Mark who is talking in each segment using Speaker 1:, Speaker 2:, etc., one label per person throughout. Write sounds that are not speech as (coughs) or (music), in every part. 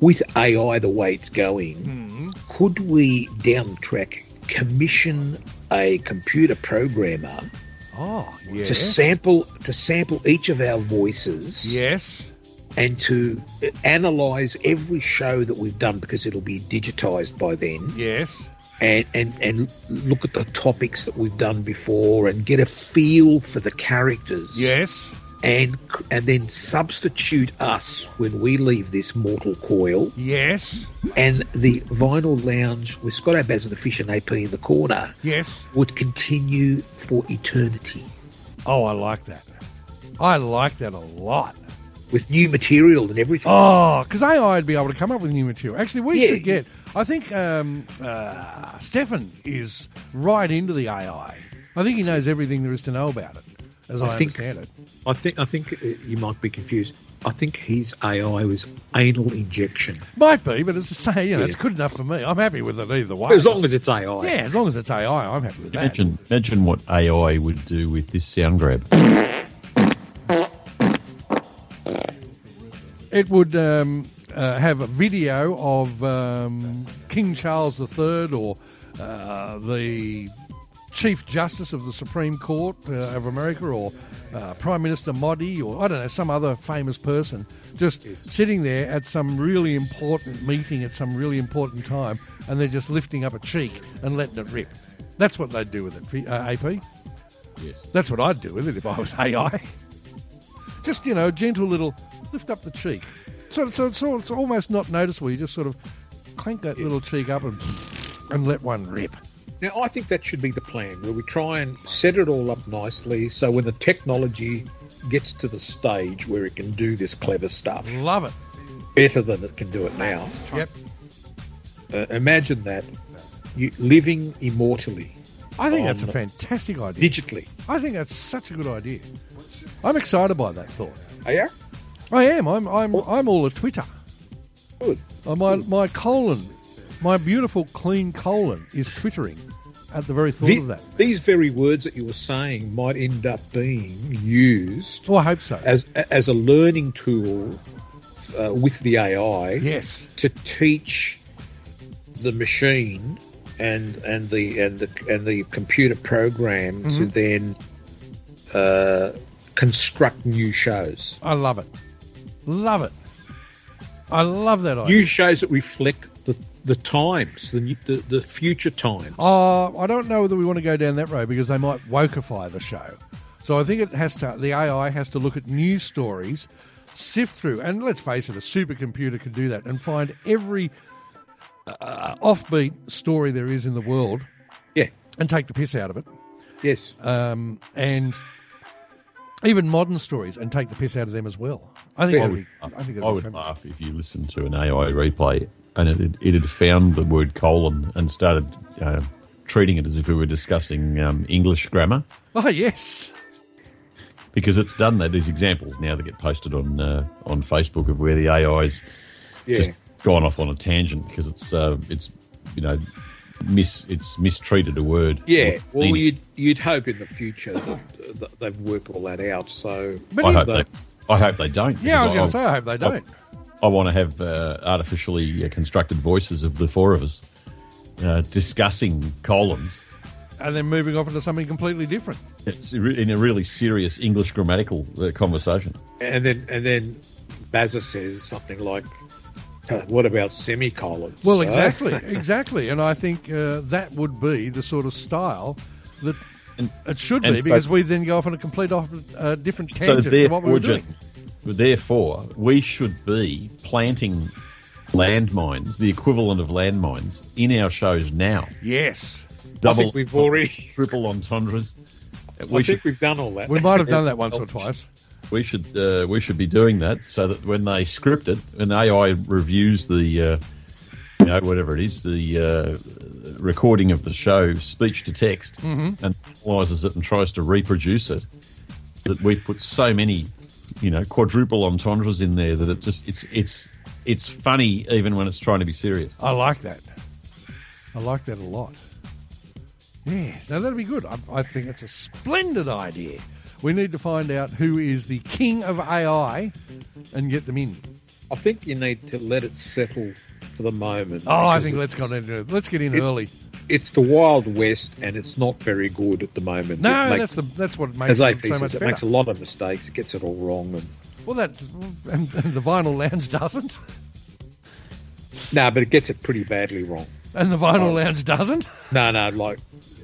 Speaker 1: with AI the way it's going,
Speaker 2: Hmm. Mm-hmm.
Speaker 1: could we down the track commission a computer programmer
Speaker 2: Oh, yes.
Speaker 1: to sample to sample each of our voices
Speaker 2: yes.
Speaker 1: and to analyze every show that we've done because it'll be digitized by then
Speaker 2: Yes.
Speaker 1: and, and and look at the topics that we've done before and get a feel for the characters
Speaker 2: Yes.
Speaker 1: and and then substitute us when we leave this mortal coil
Speaker 2: Yes.
Speaker 1: and the vinyl lounge with Scott Abaz and the Fish and AP in the corner
Speaker 2: Yes.
Speaker 1: would continue for eternity
Speaker 2: Oh, I like that. I like that a lot.
Speaker 1: with new material and everything.
Speaker 2: Oh, because AI would be able to come up with new material. Actually, we
Speaker 1: Yeah,
Speaker 2: should get. I think um, uh, Stefan is right into the AI. I think he knows everything there is to know about it, as I,
Speaker 1: I think-
Speaker 2: understand it.
Speaker 1: I think I think uh, you might be confused. I think his AI was anal injection.
Speaker 2: Might be, but it's the same. You know,
Speaker 1: Yeah.
Speaker 2: it's good enough for me. I'm happy with it either way.
Speaker 1: As long as it's AI.
Speaker 2: yeah, as long as it's AI, I'm happy with that.
Speaker 3: Imagine, imagine what AI would do with this sound grab.
Speaker 2: It would um, uh, have a video of um, King Charles III or uh, the Chief Justice of the Supreme Court uh, of America or uh, Prime Minister Modi or I don't know, some other famous person just sitting there at some really important meeting at some really important time and they're just lifting up a cheek and letting it rip. That's what they'd do with it, P- uh, AP.
Speaker 3: Yes.
Speaker 2: That's what I'd do with it if I was AI. Just, you know, gentle little lift up the cheek. So, so, so it's almost not noticeable. You just sort of clank that little cheek up and, and let one rip.
Speaker 1: Now I think that should be the plan, where we try and set it all up nicely, so when the technology gets to the stage where it can do this clever stuff
Speaker 2: Love it.
Speaker 1: better than it can do it now.
Speaker 2: Yep.
Speaker 1: Uh, imagine that, you living immortally,
Speaker 2: I think that's a
Speaker 1: On-
Speaker 2: fantastic idea.
Speaker 1: digitally.
Speaker 2: I think that's such a good idea. I'm excited by that thought.
Speaker 1: Are you?
Speaker 2: I am. I'm. I'm. I'm all a Twitter.
Speaker 1: Good.
Speaker 2: Uh, my my colon, my beautiful clean colon is twittering, at the very thought
Speaker 1: The-
Speaker 2: of that.
Speaker 1: These very words that you were saying might end up being used
Speaker 2: Oh, I hope so.
Speaker 1: as as a learning tool uh, with the AI
Speaker 2: Yes.
Speaker 1: to teach the machine and and the and the and the computer program to then uh, construct new shows,
Speaker 2: I love it. Love it. I love that idea.
Speaker 1: new shows that reflect the the times, the new- the, the future times.
Speaker 2: Uh, I don't know whether we want to go down that road because they might wokeify the show. So I think it has to. The AI has to look at news stories, sift through, and let's face it, a supercomputer could do that and find every uh, offbeat story there is in the world
Speaker 1: Yeah.
Speaker 2: and take the piss out of it,
Speaker 1: Yes.
Speaker 2: um, and even modern stories and take the piss out of them as well. I think.
Speaker 1: Yeah.
Speaker 2: that'd be- I think that'd
Speaker 3: I
Speaker 2: be
Speaker 3: would
Speaker 2: fabulous.
Speaker 3: laugh if you listened to an AI replay and it, it, had found the word colon and started uh, treating it as if we were discussing um, English grammar
Speaker 2: Oh yes.
Speaker 3: because it's done that. There's examples now that get posted on uh, on Facebook of where the AI's
Speaker 1: Yeah.
Speaker 3: just gone off on a tangent because it's uh, it's you know mis it's mistreated a word.
Speaker 1: yeah. Well,
Speaker 3: Meaning.
Speaker 1: you'd you'd hope in the future that, that they've worked all that out. So
Speaker 2: But
Speaker 3: I
Speaker 2: it-
Speaker 3: hope they, I hope they don't.
Speaker 2: yeah, I was going
Speaker 3: because
Speaker 2: to say. I hope they don't.
Speaker 3: I want to have uh, artificially uh, constructed voices of the four of us uh, discussing colons
Speaker 2: and then moving off into something completely different.
Speaker 3: it's re- in a really serious English grammatical uh, conversation.
Speaker 1: and then and then Bazza says something like, "Huh, "What about semicolons?"
Speaker 2: Well,
Speaker 1: huh?"
Speaker 2: exactly, (laughs) exactly. And I think uh, that would be the sort of style that
Speaker 3: And-
Speaker 2: it should
Speaker 3: and
Speaker 2: be,
Speaker 3: so-
Speaker 2: because we then go off on a complete off, uh, different tangent to what we were doing.
Speaker 3: therefore, we should be planting landmines, the equivalent of landmines, in our shows now.
Speaker 2: Yes,
Speaker 1: I think we've already.
Speaker 3: triple entendres.
Speaker 1: (laughs) I
Speaker 3: We should
Speaker 1: think we've done all that.
Speaker 2: we might have done that once or twice.
Speaker 3: we should uh, we should be doing that so that when they script it and AI reviews the uh, you know whatever it is the uh, recording of the show speech to text and analyzes it and tries to reproduce it that we've put so many you know quadruple entendres in there that it just it's it's it's funny even when it's trying to be serious.
Speaker 2: I like that. I like that a lot. Yes, now that'll be good. I, I think it's a splendid idea. We need to find out who is the king of AI and get them in.
Speaker 1: I think you need to let it settle for the moment.
Speaker 2: Oh, I
Speaker 1: because
Speaker 2: think
Speaker 1: it-
Speaker 2: let's get into it. Let's get in
Speaker 1: It-
Speaker 2: early.
Speaker 1: it's the Wild West, and it's not very good at the moment.
Speaker 2: No,
Speaker 1: It makes-
Speaker 2: that's the that's what makes
Speaker 1: as
Speaker 2: it
Speaker 1: AP
Speaker 2: so much
Speaker 1: says, it
Speaker 2: better.
Speaker 1: makes a lot of mistakes. It gets it all wrong. And,
Speaker 2: well, that and, and the vinyl lounge doesn't,
Speaker 1: no, but it gets it pretty badly wrong.
Speaker 2: and the
Speaker 1: Oh.
Speaker 2: vinyl lounge doesn't.
Speaker 1: No, no, like,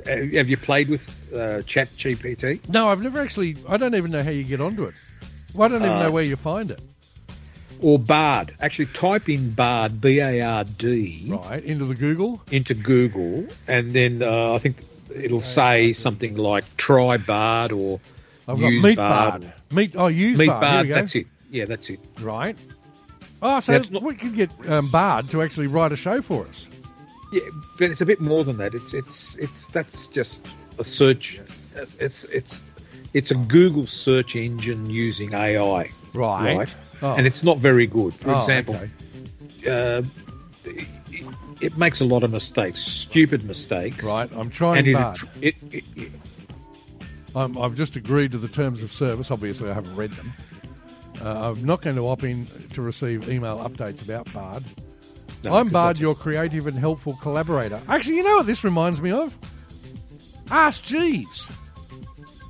Speaker 1: have have you played with uh, Chat GPT?
Speaker 2: No, I've never actually. I don't even know how you get onto it. Well, I don't even
Speaker 1: Uh,
Speaker 2: know where you find it.
Speaker 1: or Bard. Actually, type in Bard B A R D
Speaker 2: Right into the Google.
Speaker 1: into Google, and then uh, I think it'll say something like "Try Bard" or
Speaker 2: I've got
Speaker 1: "Use
Speaker 2: meat
Speaker 1: Bard."
Speaker 2: bard. Meat. Oh, use
Speaker 1: Meat
Speaker 2: bard. Here
Speaker 1: Bard.
Speaker 2: we go.
Speaker 1: That's it. Yeah, that's it.
Speaker 2: Right. Oh, so
Speaker 1: That's not-
Speaker 2: we could get um, Bard to actually write a show for us.
Speaker 1: Yeah, but it's a bit more than that. It's it's it's that's just a search. It's it's it's a Google search engine using AI,
Speaker 2: Right.
Speaker 1: right?
Speaker 2: Oh.
Speaker 1: And it's not very good. For
Speaker 2: Oh,
Speaker 1: example,
Speaker 2: okay.
Speaker 1: uh, it, it makes a lot of mistakes, stupid mistakes,
Speaker 2: Right. I'm trying
Speaker 1: And it,
Speaker 2: Bard.
Speaker 1: it, it, it
Speaker 2: I'm, I've just agreed to the terms of service. Obviously, I haven't read them. Uh, I'm not going to opt in to receive email updates about Bard.
Speaker 1: No,
Speaker 2: I'm
Speaker 1: 'cause
Speaker 2: Bard,
Speaker 1: that's-
Speaker 2: your creative and helpful collaborator. Actually, you know what this reminds me of? Ask Jeeves.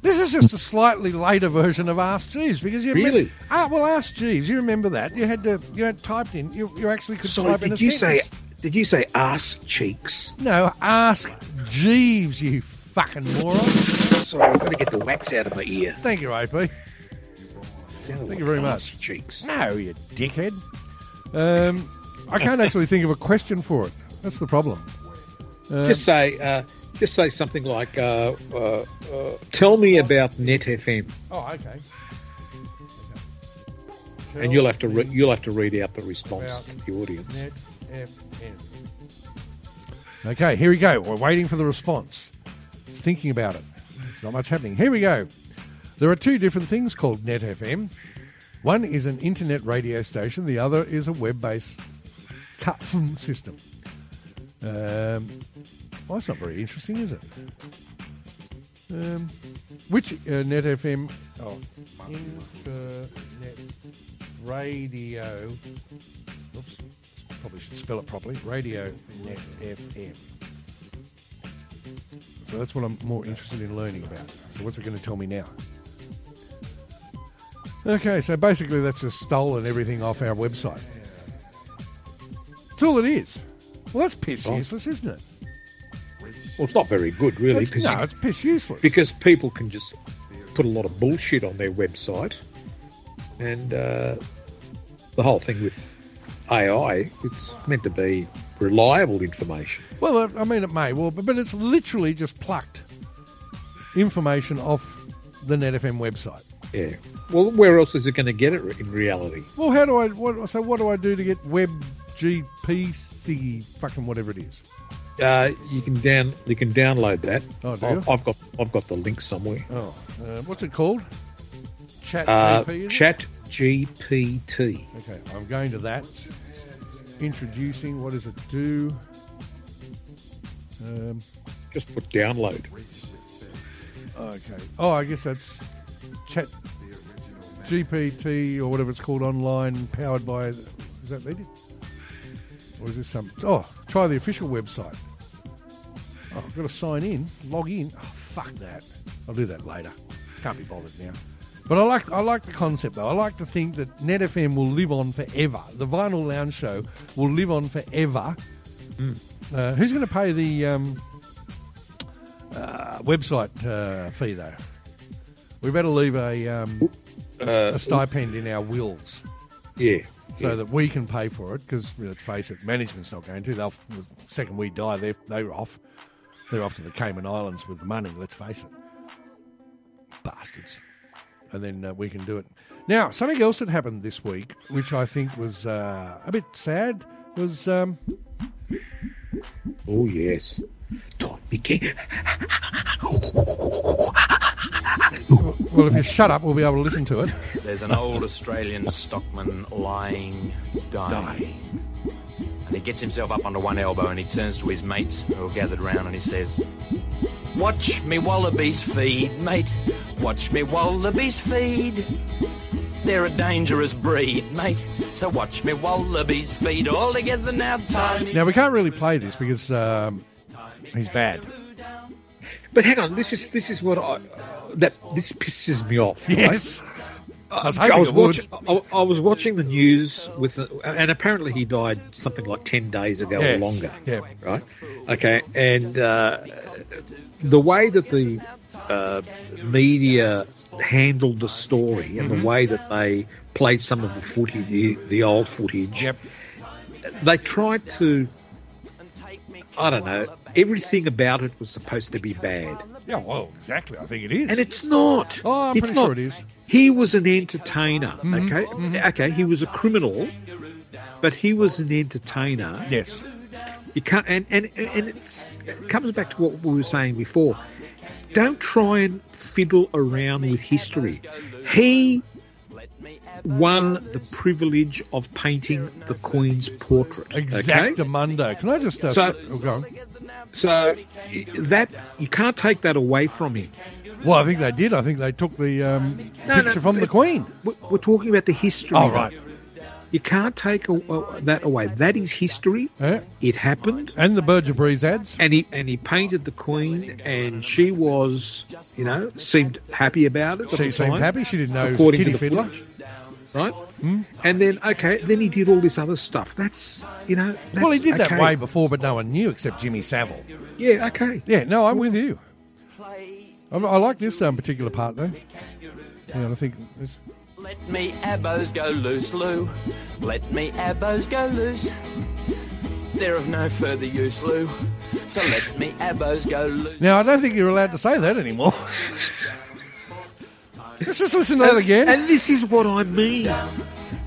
Speaker 2: This is just a slightly later version of Ask Jeeves because you
Speaker 1: Really?
Speaker 2: remember, ah, well, Ask Jeeves. You remember that you had to you had typed in. You, you actually could
Speaker 1: Sorry,
Speaker 2: type in.
Speaker 1: did
Speaker 2: a
Speaker 1: you say
Speaker 2: sentence.
Speaker 1: did you say ass cheeks?
Speaker 2: no? Ask Jeeves, you fucking moron.
Speaker 1: Sorry, I've got to get the wax out of my ear.
Speaker 2: Thank you, AP.
Speaker 1: Thank
Speaker 2: you very
Speaker 1: ass Cheeks.
Speaker 2: No, you dickhead. Um, I can't actually think of a question for it. That's the problem. Um,
Speaker 1: Just say uh, just say something like, uh, uh, uh, "Tell me about Net FM,"
Speaker 2: oh, okay. okay.
Speaker 1: and you'll have to re- you'll have to read out the response
Speaker 2: About-
Speaker 1: to the audience.
Speaker 2: Okay, here we go. We're waiting for the response. It's thinking about it. It's not much happening. Here we go. There are two different things called Net FM. One is an internet radio station. The other is a web-based cut system. Um, well, that's not very interesting, is it? Um, which uh, Net FM? Oh, internet radio. Oops, probably should spell it properly. Radio Net FM. So that's what I'm more interested in learning about. So what's it going to tell me now? Okay, so basically that's just stolen everything off our website. That's all it is. Well, that's piss
Speaker 1: Oh.
Speaker 2: useless, isn't it?
Speaker 1: Well, it's not very good, really,
Speaker 2: That's-
Speaker 1: because
Speaker 2: no, it's piss useless.
Speaker 1: because people can just put a lot of bullshit on their website, and uh, the whole thing with AI, it's meant to be reliable information.
Speaker 2: Well, I- I mean, it may well, but, but it's literally just plucked information off the NetFM website.
Speaker 1: Yeah. Well, where else is it going to get it in reality?
Speaker 2: Well, how do I? What, so, what do I do to get WebGP thingy, fucking whatever it is?
Speaker 1: Uh, you can down you can download that.
Speaker 2: Oh, do
Speaker 1: I've,
Speaker 2: you?
Speaker 1: I've got I've got the link somewhere.
Speaker 2: Oh, uh, what's it called? Chat
Speaker 1: Uh,
Speaker 2: GP, is it?
Speaker 1: Chat GPT.
Speaker 2: Okay, I'm going to that. Introducing. What does it do? Um,
Speaker 1: Just put download.
Speaker 2: Okay. Oh, I guess that's chat GPT or whatever it's called online, powered by. Is that needed? Or is this some. Oh, try the official website. Oh, I've got to sign in, log in. Oh, fuck that. I'll do that later. Can't be bothered now. But I like I like the concept though. I like to think that NetFM will live on forever. The Vinyl Lounge Show will live on forever. Uh, who's going to pay the um, uh, website uh, fee though? We better leave a, um, a s-
Speaker 1: Uh,
Speaker 2: a stipend in our wills
Speaker 1: Yeah.
Speaker 2: so
Speaker 1: yeah.
Speaker 2: that we can pay for it. Because let's face it, management's not going to. They'll the second we die, they're they're off. They're off to the Cayman Islands with the money. Let's face it, bastards. And then uh, we can do it. Now, something else that happened this week, which I think was uh, a bit sad, was um,
Speaker 1: Oh yes. Don Mickey. (laughs)
Speaker 2: well, if you shut up, we'll be able to listen to it.
Speaker 4: There's an old Australian stockman lying, dying. And he gets himself up onto one elbow and he turns to his mates who are gathered round and he says, Watch me wallabies feed, mate. Watch me wallabies feed. They're a dangerous breed, mate. So watch me wallabies feed all together now, Tony.
Speaker 2: Now we can't really play this because um, he's bad.
Speaker 1: But hang on, this is this is what I that this pisses me off. right?
Speaker 2: I was,
Speaker 1: I
Speaker 2: hoping
Speaker 1: was
Speaker 2: it would.
Speaker 1: watching. I, I was watching the news with, and apparently he died something like ten days ago
Speaker 2: Yes.
Speaker 1: or longer.
Speaker 2: Yeah.
Speaker 1: Right. Okay. And uh, the way that the uh, media handled the story and
Speaker 2: Mm-hmm.
Speaker 1: the way that they played some of the footage, the, the old footage,
Speaker 2: Yep.
Speaker 1: they tried to. I don't know. Everything about it was supposed to be bad,
Speaker 2: Yeah. Well, exactly. I think it is.
Speaker 1: and it's not.
Speaker 2: oh, I'm
Speaker 1: it's
Speaker 2: pretty
Speaker 1: not
Speaker 2: sure it is. Mm-hmm,
Speaker 1: he was an entertainer. Okay, okay, he was a criminal, but he was an entertainer.
Speaker 2: Yes.
Speaker 1: You can't, and and and it's, it comes back to what we were saying before. Don't try and fiddle around with history. He won the privilege of painting the Queen's portrait. Okay?
Speaker 2: Exactamundo. Can I just uh,
Speaker 1: So-
Speaker 2: oh, go on.
Speaker 1: So that you can't take that away from him.
Speaker 2: Well, I think they did. I think they took the um,
Speaker 1: No, no,
Speaker 2: picture from the
Speaker 1: it-
Speaker 2: Queen.
Speaker 1: We're, we're talking about the history.
Speaker 2: Oh, right.
Speaker 1: You can't take a, a- that away. That is history.
Speaker 2: Yeah.
Speaker 1: It happened.
Speaker 2: And the Burger Breeze ads.
Speaker 1: and he and he painted the queen, and she was, you know, seemed happy about it. at
Speaker 2: She
Speaker 1: the
Speaker 2: seemed
Speaker 1: time,
Speaker 2: happy. She didn't know it was a
Speaker 1: according to
Speaker 2: kitty
Speaker 1: the
Speaker 2: fiddler. Hmm.
Speaker 1: footage, right? And then okay, then he did all this other stuff. That's you know, that's,
Speaker 2: Well, he did that
Speaker 1: okay.
Speaker 2: way before, but no one knew except Jimmy Savile.
Speaker 1: Yeah, okay.
Speaker 2: Yeah, no, I'm with you. I, I like this um, particular part though. Yeah, I think it's,
Speaker 4: Let me abos go loose, Lou. Let me abos go loose. They're of no further use, Lou. So let me abos go loose.
Speaker 2: now I don't think you're allowed to say that anymore. (laughs) Let's just listen to that again.
Speaker 1: And this is what I mean.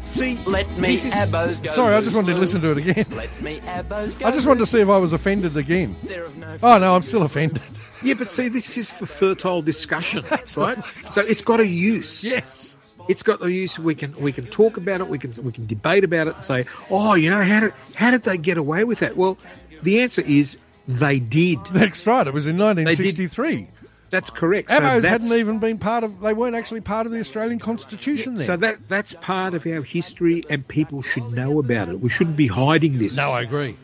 Speaker 1: See,
Speaker 4: Let me
Speaker 1: this is-
Speaker 4: abos go
Speaker 2: Sorry, I
Speaker 4: loose,
Speaker 2: just wanted to
Speaker 4: Lou.
Speaker 2: listen to it again.
Speaker 4: Let me abos go
Speaker 2: I just wanted to see if I was offended again.
Speaker 4: loose. They're of no
Speaker 2: Oh no, I'm still offended.
Speaker 1: yeah, but see, this is for fertile discussion,
Speaker 2: (laughs)
Speaker 1: right? So it's got a use.
Speaker 2: Yes.
Speaker 1: it's got the use we can we can talk about it we can we can debate about it and say oh you know how did how did they get away with that well the answer is they did
Speaker 2: That's right. It was in 1963.
Speaker 1: that's correct so
Speaker 2: Abos
Speaker 1: that's,
Speaker 2: hadn't even been part of. They weren't actually part of the Australian Constitution then.
Speaker 1: so that that's part of our history and people should know about it we shouldn't be hiding this
Speaker 2: No, I agree.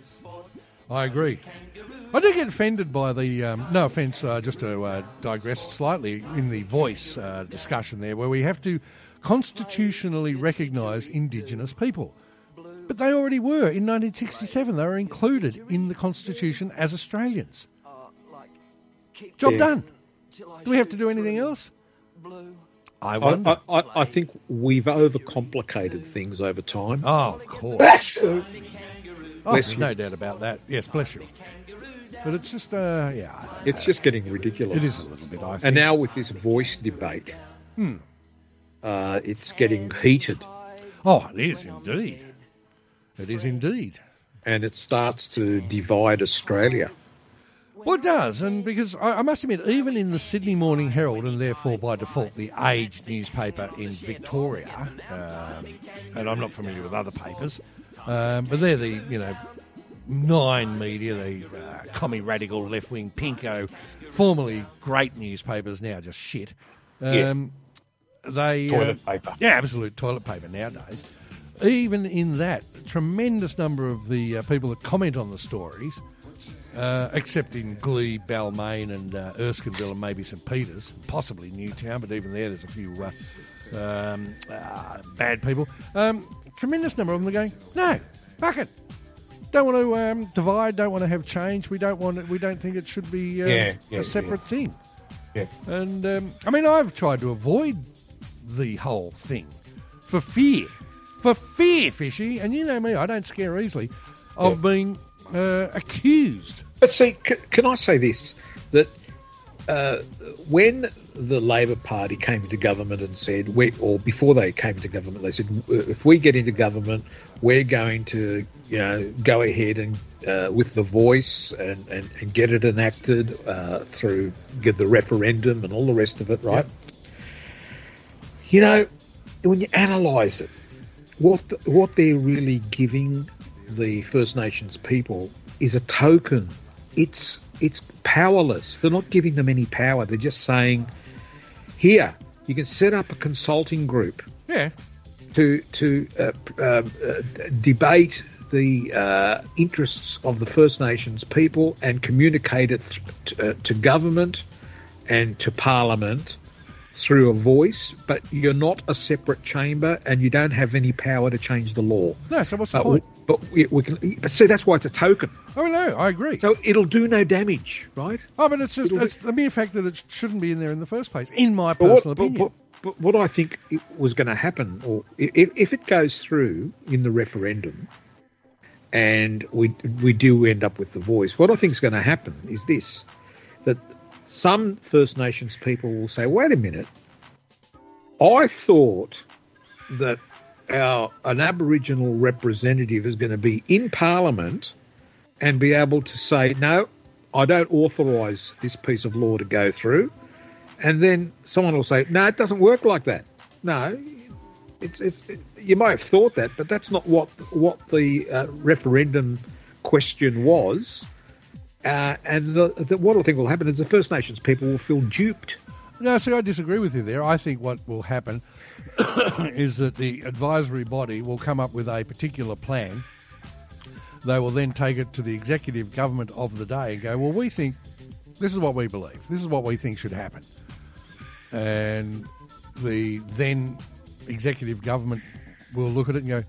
Speaker 2: I agree. I do get offended by the. Um, no offence, uh, just to uh, digress slightly in the voice uh, discussion there, where we have to constitutionally recognise Indigenous people. But they already were in 1967. They were included in the Constitution as Australians. Job
Speaker 1: Yeah.
Speaker 2: done. Do we have to do anything else? I wonder.
Speaker 1: I, I, I think we've overcomplicated things over time
Speaker 2: oh, of course. Oh,
Speaker 1: Bless
Speaker 2: there's
Speaker 1: you.
Speaker 2: no doubt about that. Yes, bless you. But it's just, uh, yeah,
Speaker 1: it's just getting ridiculous
Speaker 2: it is a little bit. I think.
Speaker 1: and now with this voice debate
Speaker 2: Hmm.
Speaker 1: uh, it's getting heated
Speaker 2: Oh, it is indeed. It is indeed.
Speaker 1: and it starts to divide Australia.
Speaker 2: Well, it does, and because I, I must admit, even in the Sydney Morning Herald, and therefore by default the Age newspaper in Victoria, um, and I'm not familiar with other papers, um, but they're the you know nine media, the uh, commie radical left wing pinko, formerly great newspapers, now just shit. Um, They
Speaker 5: Toilet
Speaker 2: uh,
Speaker 5: paper.
Speaker 2: yeah, absolute toilet paper nowadays. Even in that, a tremendous number of the uh, people that comment on the stories uh, except in Glee, Balmain, and uh, Erskineville, and maybe St Peters, possibly Newtown, but even there, there's a few uh, um, uh, bad people. Um, tremendous number of them are going, no, fuck it. Don't want to um, divide. Don't want to have change. We don't want it. We don't think it should be uh,
Speaker 5: Yeah, yeah,
Speaker 2: a separate thing.
Speaker 5: Yeah.
Speaker 2: And um, I mean, I've tried to avoid the whole thing for fear, for fear, fishy. And you know me, I don't scare easily. Of being uh, accused.
Speaker 1: But see, c- can I say this? That uh, when the Labor Party came into government and said, we, or before they came into government, they said, if we get into government, we're going to, you know, go ahead and uh, with the voice and, and, and get it enacted uh, through get the referendum and all the rest of it, right? You know, when you analyse it, what th what they're really giving the First Nations people is a token. It's it's powerless. They're not giving them any power. They're just saying, here you can set up a consulting group
Speaker 2: Yeah.
Speaker 5: to to uh, uh, uh, debate the uh, interests of the First Nations people and communicate it th- to, uh, to government and to Parliament through a voice. But you're not a separate chamber, and you don't have any power to change the law.
Speaker 2: No, so what's the
Speaker 5: But we,
Speaker 2: point?
Speaker 5: but we, we can. But see, that's why it's a token.
Speaker 2: Oh no, I agree.
Speaker 5: So it'll do no damage, right?
Speaker 2: oh, but it's just
Speaker 5: It'll be-
Speaker 2: it's the mere fact that it shouldn't be in there in the first place, in my
Speaker 5: But
Speaker 2: personal
Speaker 5: what, but,
Speaker 2: opinion.
Speaker 5: but- but what I think it was going to happen, or i- if, if it goes through in the referendum, and we we do end up with the voice, what I think is going to happen is this: that some First Nations people will say, "Wait a minute, I thought that our an Aboriginal representative is going to be in Parliament and be able to say, no, I don't authorise this piece of law to go through." and then someone will say, "No, it doesn't work like that." No, it's it's it, you might have thought that, but that's not what what the uh, referendum question was. Uh, and the, the, what I think will happen is the First Nations people will feel duped.
Speaker 2: No, see, I disagree with you there. I think what will happen (coughs) is that the advisory body will come up with a particular plan. They will then take it to the executive government of the day and go, well, we think this is what we believe. This is what we think should happen. And the then executive government will look at it and go,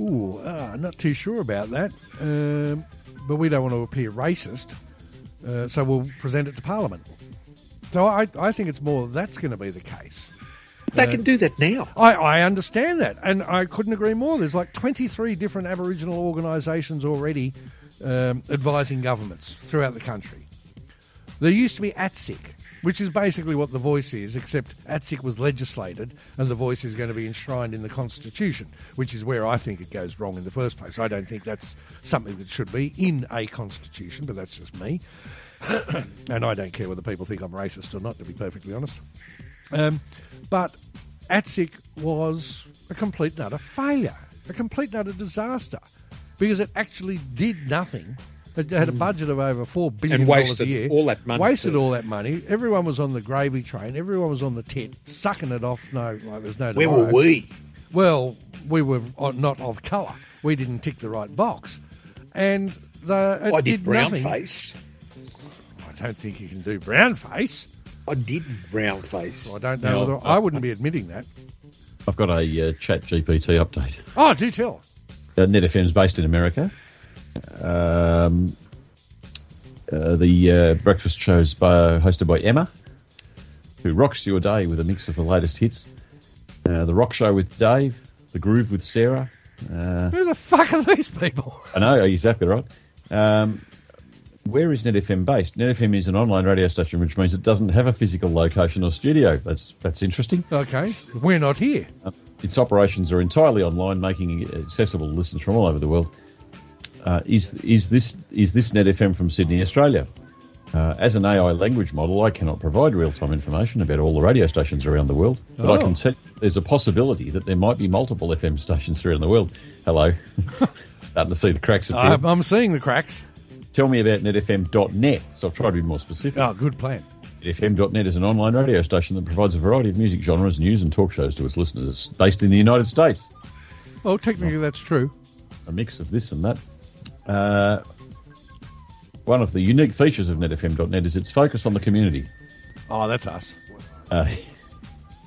Speaker 2: ooh, ah, not too sure about that. Um, but we don't want to appear racist. Uh, so we'll present it to Parliament. So I, I think it's more that's going to be the case.
Speaker 5: They can do that now.
Speaker 2: I, I understand that, and I couldn't agree more. There's like 23 different Aboriginal organisations already um, advising governments throughout the country. There used to be ATSIC, which is basically what the voice is, except ATSIC was legislated, and the voice is going to be enshrined in the Constitution, which is where I think it goes wrong in the first place. I don't think that's something that should be in a Constitution, but that's just me. and I don't care whether people think I'm racist or not, to be perfectly honest. Um, but ATSIC was a complete and utter failure, a complete and utter disaster, because it actually did nothing. It had a budget of over four billion dollars a
Speaker 5: Hmm. wasted
Speaker 2: year.
Speaker 5: all that money
Speaker 2: Wasted
Speaker 5: too.
Speaker 2: all that money. Everyone was on the gravy train. Everyone was on the tit, sucking it off. No, like there's no.
Speaker 5: Where
Speaker 2: tomorrow.
Speaker 5: were we?
Speaker 2: Well, we were o- not of colour. We didn't tick the right box, and the, it
Speaker 5: I did brown
Speaker 2: nothing.
Speaker 5: face.
Speaker 2: I don't think you can do brown face.
Speaker 5: I did brown face.
Speaker 2: I don't know.
Speaker 3: No.
Speaker 2: whether, I wouldn't be admitting that.
Speaker 3: I've got a uh, Chat GPT update.
Speaker 2: Oh, do tell.
Speaker 3: Uh, NetFM is based in America. Um, uh, the uh, breakfast show is by, hosted by Emma, who rocks your day with a mix of the latest hits. Uh, the Rock Show with Dave, The Groove with Sarah. Uh,
Speaker 2: Who the fuck are these people?
Speaker 3: I know, exactly right. Um, where is NetFM based? NetFM is an online radio station, which means it doesn't have a physical location or studio. That's that's interesting.
Speaker 2: Okay, we're not here.
Speaker 3: Its operations are entirely online, making it accessible to listeners from all over the world. Uh, is is this is this NetFM from Sydney, Australia? Uh, as an AI language model, I cannot provide real-time information about all the radio stations around the world, but I
Speaker 2: Oh.
Speaker 3: can tell you there's a possibility that there might be multiple FM stations around the world. Hello, starting to see the cracks appear.
Speaker 2: I'm, I'm seeing the cracks.
Speaker 3: tell me about netfm.net. So I've tried to be more specific.
Speaker 2: Oh, good plan.
Speaker 3: NetFM.net is an online radio station that provides a variety of music genres, news, and talk shows to its listeners. It's based in the United States.
Speaker 2: Well, technically that's true.
Speaker 3: a mix of this and that. Uh, one of the unique features of netfm.net is its focus on the community.
Speaker 2: Oh, that's us.
Speaker 3: Uh,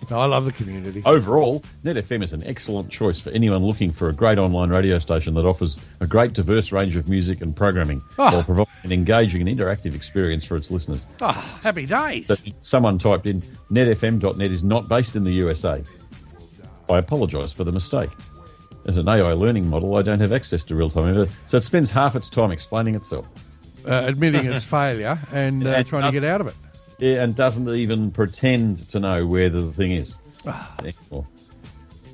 Speaker 2: No, I love the community.
Speaker 3: overall, netfm is an excellent choice for anyone looking for a great online radio station that offers a great diverse range of music and programming
Speaker 2: Ah.
Speaker 3: while providing an engaging and interactive experience for its listeners.
Speaker 2: Oh, happy days.
Speaker 3: But someone typed in netfm.net is not based in the USA. I apologise for the mistake. As an AI learning model, I don't have access to real time info, so it spends half its time explaining itself.
Speaker 2: Uh, admitting (laughs) its failure and uh,
Speaker 3: Yeah,
Speaker 2: trying to
Speaker 3: us.
Speaker 2: get out of it.
Speaker 3: Yeah, and doesn't even pretend to know where the
Speaker 2: (sighs)
Speaker 3: thing is. Well,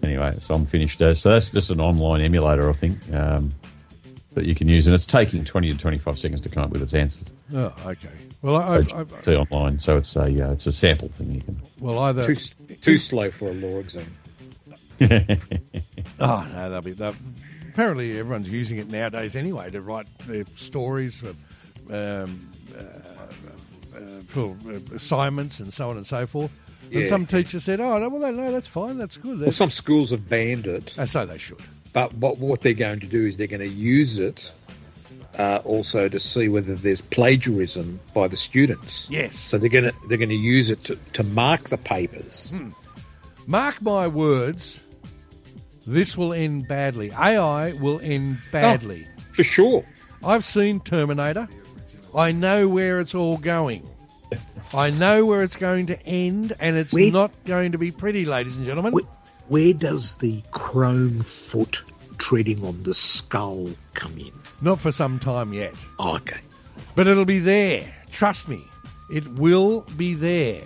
Speaker 3: anyway, so I'm finished. Uh, So that's just an online emulator, I think, um, that you can use, and it's taking 20 to 25 seconds to come up with its answers.
Speaker 2: Oh, okay. Well, I, I, I,
Speaker 3: See online, so it's a uh, it's a sample thing you can.
Speaker 2: well either.
Speaker 5: Too s- too slow for a law exam.
Speaker 2: Oh no, they'll be. They'll, apparently, everyone's using it nowadays anyway to write their stories for, um, uh, uh, for uh, assignments and so on and so forth. And
Speaker 1: Yeah.
Speaker 2: some teacher said, "Oh no, well no, no, that's fine, that's good."
Speaker 1: Well,
Speaker 2: That's,
Speaker 1: some schools have banned it.
Speaker 2: and so they should.
Speaker 1: But what, what they're going to do is they're going to use it uh, also to see whether there's plagiarism by the students.
Speaker 2: Yes.
Speaker 1: So they're going to they're going to use it to, to mark the papers.
Speaker 2: Hmm. Mark my words, this will end badly. AI will end badly.
Speaker 1: For sure.
Speaker 2: I've seen Terminator. I know where it's all going. I know where it's going to end, and it's
Speaker 5: We-
Speaker 2: not going to be pretty, ladies and gentlemen.
Speaker 5: Where, where does the chrome foot treading on the skull come in?
Speaker 2: Not for some time yet.
Speaker 5: Oh, okay.
Speaker 2: But it'll be there. Trust me, it will be there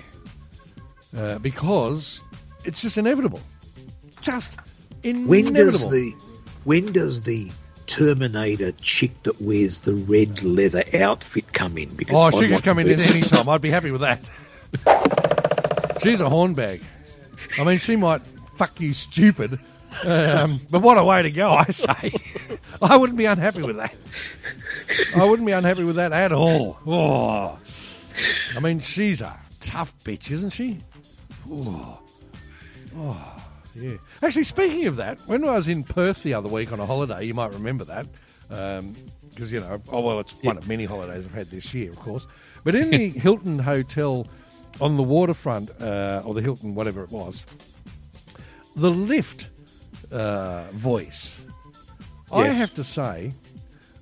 Speaker 2: uh, because it's just inevitable. Just inevitable.
Speaker 5: When does the when does the Terminator chick that wears the red leather outfit come in? Because
Speaker 2: oh,
Speaker 5: I'd
Speaker 2: she could
Speaker 5: like
Speaker 2: come
Speaker 5: to
Speaker 2: in
Speaker 5: be-
Speaker 2: at any time. I'd be happy with that. She's a hornbag. I mean, she might fuck you stupid, um, but what a way to go! I say, I wouldn't be unhappy with that. I wouldn't be unhappy with that at all. Oh, I mean, she's a tough bitch, isn't she? Yeah. Actually, speaking of that, when I was in Perth the other week on a holiday, you might remember that. Because, you know, oh, well, it's one of many holidays I've had this year, of course. But in the Hilton Hotel on the waterfront, uh, or the Hilton, whatever it was, the lift uh, voice, I
Speaker 1: Yes.
Speaker 2: have to say,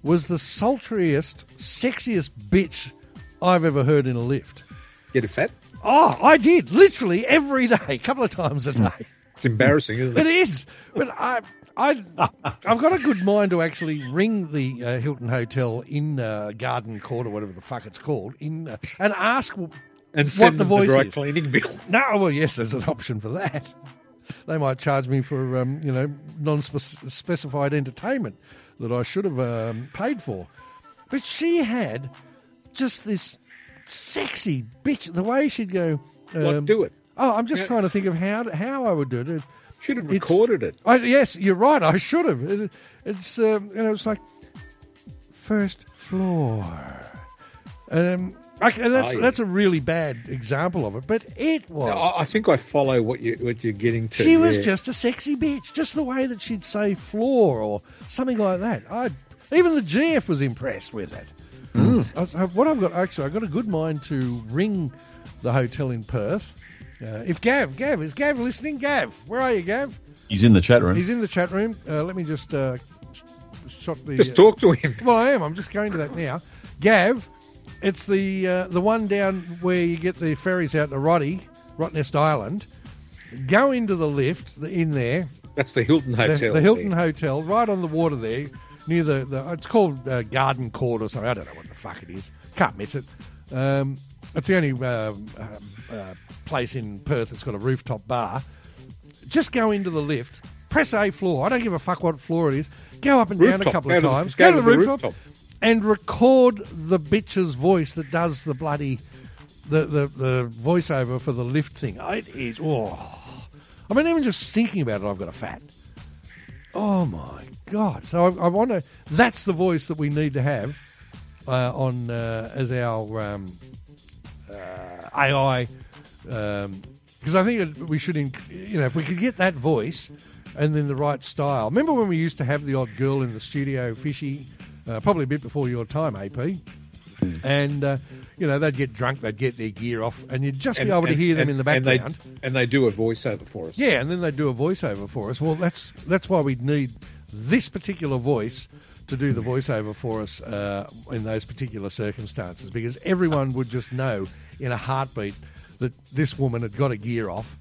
Speaker 2: was the sultriest, sexiest bitch I've ever heard in a lift.
Speaker 1: Get a fat.
Speaker 2: Oh, I did, literally every day, a couple of times a day.
Speaker 1: It's embarrassing,
Speaker 2: (laughs)
Speaker 1: isn't
Speaker 2: It
Speaker 1: it?
Speaker 2: is. But I, I, I've got a good mind to actually ring the uh, Hilton Hotel in uh, Garden Court or whatever the fuck it's called in uh, and ask.
Speaker 1: And
Speaker 2: send
Speaker 1: send
Speaker 2: the
Speaker 1: them the
Speaker 2: voice
Speaker 1: dry
Speaker 2: is.
Speaker 1: cleaning bill. (laughs)
Speaker 2: No, well, yes, there's an option for that. They might charge me for um, you know non-specified entertainment that I should have um, paid for. But she had just this sexy bitch. The way she'd go. Um,
Speaker 1: Like, do it.
Speaker 2: Oh, I'm just
Speaker 1: Yeah.
Speaker 2: trying to think of how how I would do it.
Speaker 1: Should have
Speaker 2: It's-
Speaker 1: recorded it.
Speaker 2: I, yes, you're right. I should have. It, it's um, you know, it's like first floor. Um, I, and that's
Speaker 1: Oh, yeah.
Speaker 2: that's a really bad example of it, but it was.
Speaker 1: I, I think I follow what you what you're getting to.
Speaker 2: she was
Speaker 1: yeah.
Speaker 2: just a sexy bitch, just the way that she'd say floor or something like that. I even the GF was impressed with it. I was- what I've got actually, I've got a good mind to ring the hotel in Perth. Uh, if Gav, Gav, is Gav listening? Gav, where are you, Gav?
Speaker 3: He's in the chat room.
Speaker 2: He's in the chat room. Uh, let me just uh, sh- shot the. uh,
Speaker 1: just talk to him. (laughs)
Speaker 2: Well, I am. I'm just going to that now. Gav, it's the uh, the one down where you get the ferries out to Roddy, Rottnest Island. Go into the lift the, in there,
Speaker 1: That's the Hilton
Speaker 2: the,
Speaker 1: Hotel.
Speaker 2: the Hilton
Speaker 1: there.
Speaker 2: Hotel, right on the water there, near the. the it's called uh, Garden Court or something. I don't know what the fuck it is. Can't miss it. Um, it's the only um, uh, uh, place in Perth that's got a rooftop bar. Just go into the lift, press A floor. I don't give a fuck what floor it is. Go up and down a
Speaker 1: Rooftop.
Speaker 2: couple
Speaker 1: Go
Speaker 2: of
Speaker 1: to the-
Speaker 2: times.
Speaker 1: go to the
Speaker 2: rooftop,
Speaker 1: rooftop.
Speaker 2: and record the bitch's voice that does the bloody the, the, the voiceover for the lift thing. It is oh. I mean, even just thinking about it, I've got a fat. Oh my god! So I, I want to. That's the voice that we need to have uh, on uh, as our um, uh, AI. Because I think it, we should, inc- you know, if we could get that voice and then the right style. Remember when we used to have the odd girl in the studio, fishy, uh, probably a bit before your time, AP. And uh, you know they'd get drunk, they'd get their gear off, and you'd just be able to hear them in the
Speaker 1: and-
Speaker 2: background.
Speaker 1: And they, and they do a voiceover for us.
Speaker 2: Yeah, and then they do a voiceover for us. Well, that's that's why we need this particular voice to do the voiceover for us uh, in those particular circumstances, because everyone would just know in a heartbeat that this woman had got a gear off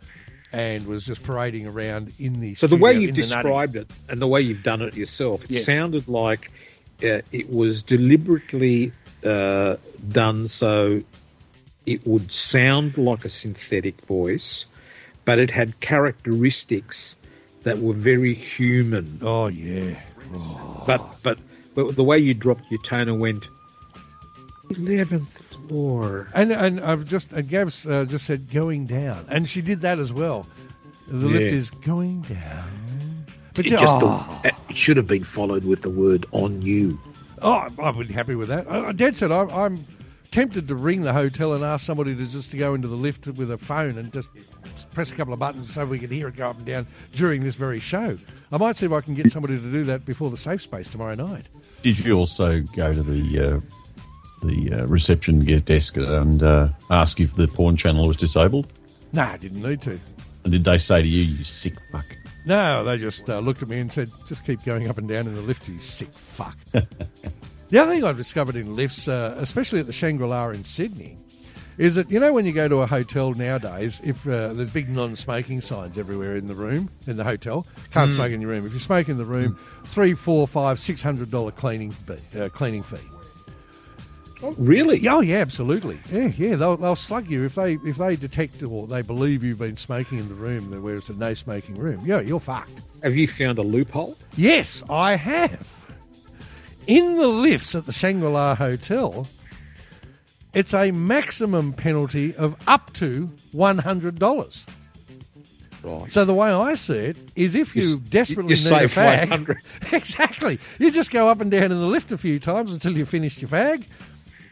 Speaker 2: and was just parading around in the.
Speaker 1: So the way
Speaker 2: studio,
Speaker 1: you've
Speaker 2: in the nutty.
Speaker 1: described it and the way you've done it yourself, it
Speaker 2: Yes.
Speaker 1: sounded like uh, it was deliberately uh, done so it would sound like a synthetic voice, but it had characteristics that were very human.
Speaker 2: Oh yeah.
Speaker 1: But but but the way you dropped your tone and went eleventh floor.
Speaker 2: And and I've just and Gab's uh, just said going down, and she did that as well. The lift
Speaker 1: Yeah.
Speaker 2: is going down, but
Speaker 5: It
Speaker 2: you-
Speaker 5: just
Speaker 2: oh.
Speaker 5: it should have been followed with the word on you.
Speaker 2: Oh, I would be happy with that. I, I- Dad said I, Uh, I'm tempted to ring the hotel and ask somebody to just to go into the lift with a phone and just press a couple of buttons so we could hear it go up and down during this very show. I might see if I can get somebody to do that before the safe space tomorrow night.
Speaker 3: Did you also go to the uh, the uh, reception ge- desk and uh, ask if the porn channel was disabled?
Speaker 2: No, I didn't need to.
Speaker 3: And did they say to you, "You sick fuck"?
Speaker 2: No, they just uh, looked at me and said, just keep going up and down in the lift, you sick fuck. the other thing I've discovered in lifts, uh, especially at the Shangri La in Sydney, is that, you know, when you go to a hotel nowadays, if uh, there's big non smoking signs everywhere in the room, in the hotel, can't smoke in your room. If you smoke in the room, three, four, five, six hundred dollar cleaning, fee- uh, cleaning fee.
Speaker 1: Oh, really?
Speaker 2: Yeah, Oh yeah, absolutely. Yeah, yeah. They'll, they'll slug you if they if they detect or they believe you've been smoking in the room where it's a no smoking room. Yeah, you're fucked.
Speaker 1: Have you found a loophole?
Speaker 2: Yes, I have. In the lifts at the Shangri La Hotel, it's a maximum penalty of up to $100.
Speaker 1: Right.
Speaker 2: So the way I see it is if you,
Speaker 1: You s-
Speaker 2: desperately
Speaker 1: you
Speaker 2: need
Speaker 1: save
Speaker 2: a fag,
Speaker 1: 100.
Speaker 2: (laughs) exactly, you just go up and down in the lift a few times until you finish your fag.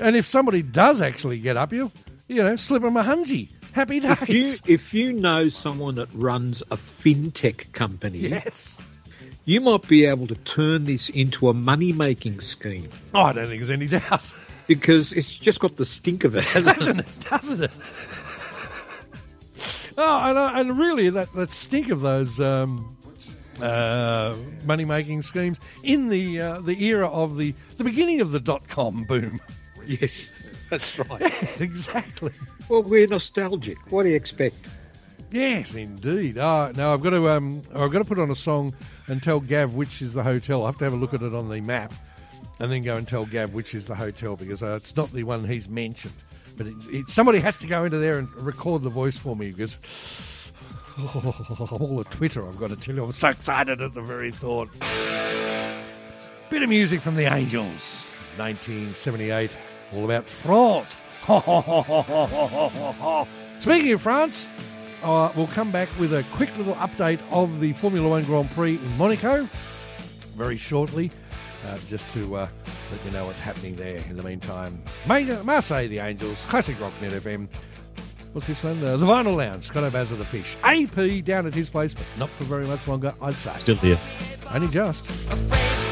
Speaker 2: And if somebody does actually get up you, you know, slip them a hungy.
Speaker 1: (laughs)
Speaker 2: Happy days.
Speaker 5: If you, if you know someone that runs a fintech company,
Speaker 2: yes.
Speaker 5: you might be able to turn this into a money making scheme
Speaker 2: Oh, I don't think there's any doubt.
Speaker 5: because it's just got the stink of it, hasn't it?
Speaker 2: doesn't it? Doesn't it? oh, and, uh, and really, that, that stink of those um, uh, money making schemes in the uh, the era of the the beginning of the dot com boom. (laughs)
Speaker 1: Yes, that's right.
Speaker 2: exactly.
Speaker 5: Well, we're nostalgic. What do you expect?
Speaker 2: Yes, indeed. Ah, now I've got to um, I've got to put on a song and tell Gav which is the hotel. I have to have a look at it on the map, and then go and tell Gav which is the hotel because uh, it's not the one he's mentioned. But it's it, somebody has to go into there and record the voice for me because (sighs) all the Twitter I've got to tell you, I'm so excited at the very thought. Bit of music from the Angels, 1978, all about France. (laughs) Speaking of France, uh, we'll come back with a quick little update of the Formula One Grand Prix in Monaco very shortly, uh, just to uh, let you know what's happening there. In the meantime, Major, Marseille, the Angels, Classic Rock Net FM. What's this one? Uh, the Vinyl Lounge, Scott Baz of the Fish. AP down at his place, but not for very much longer, I'd say.
Speaker 3: Still here.
Speaker 2: Only just.
Speaker 6: afraid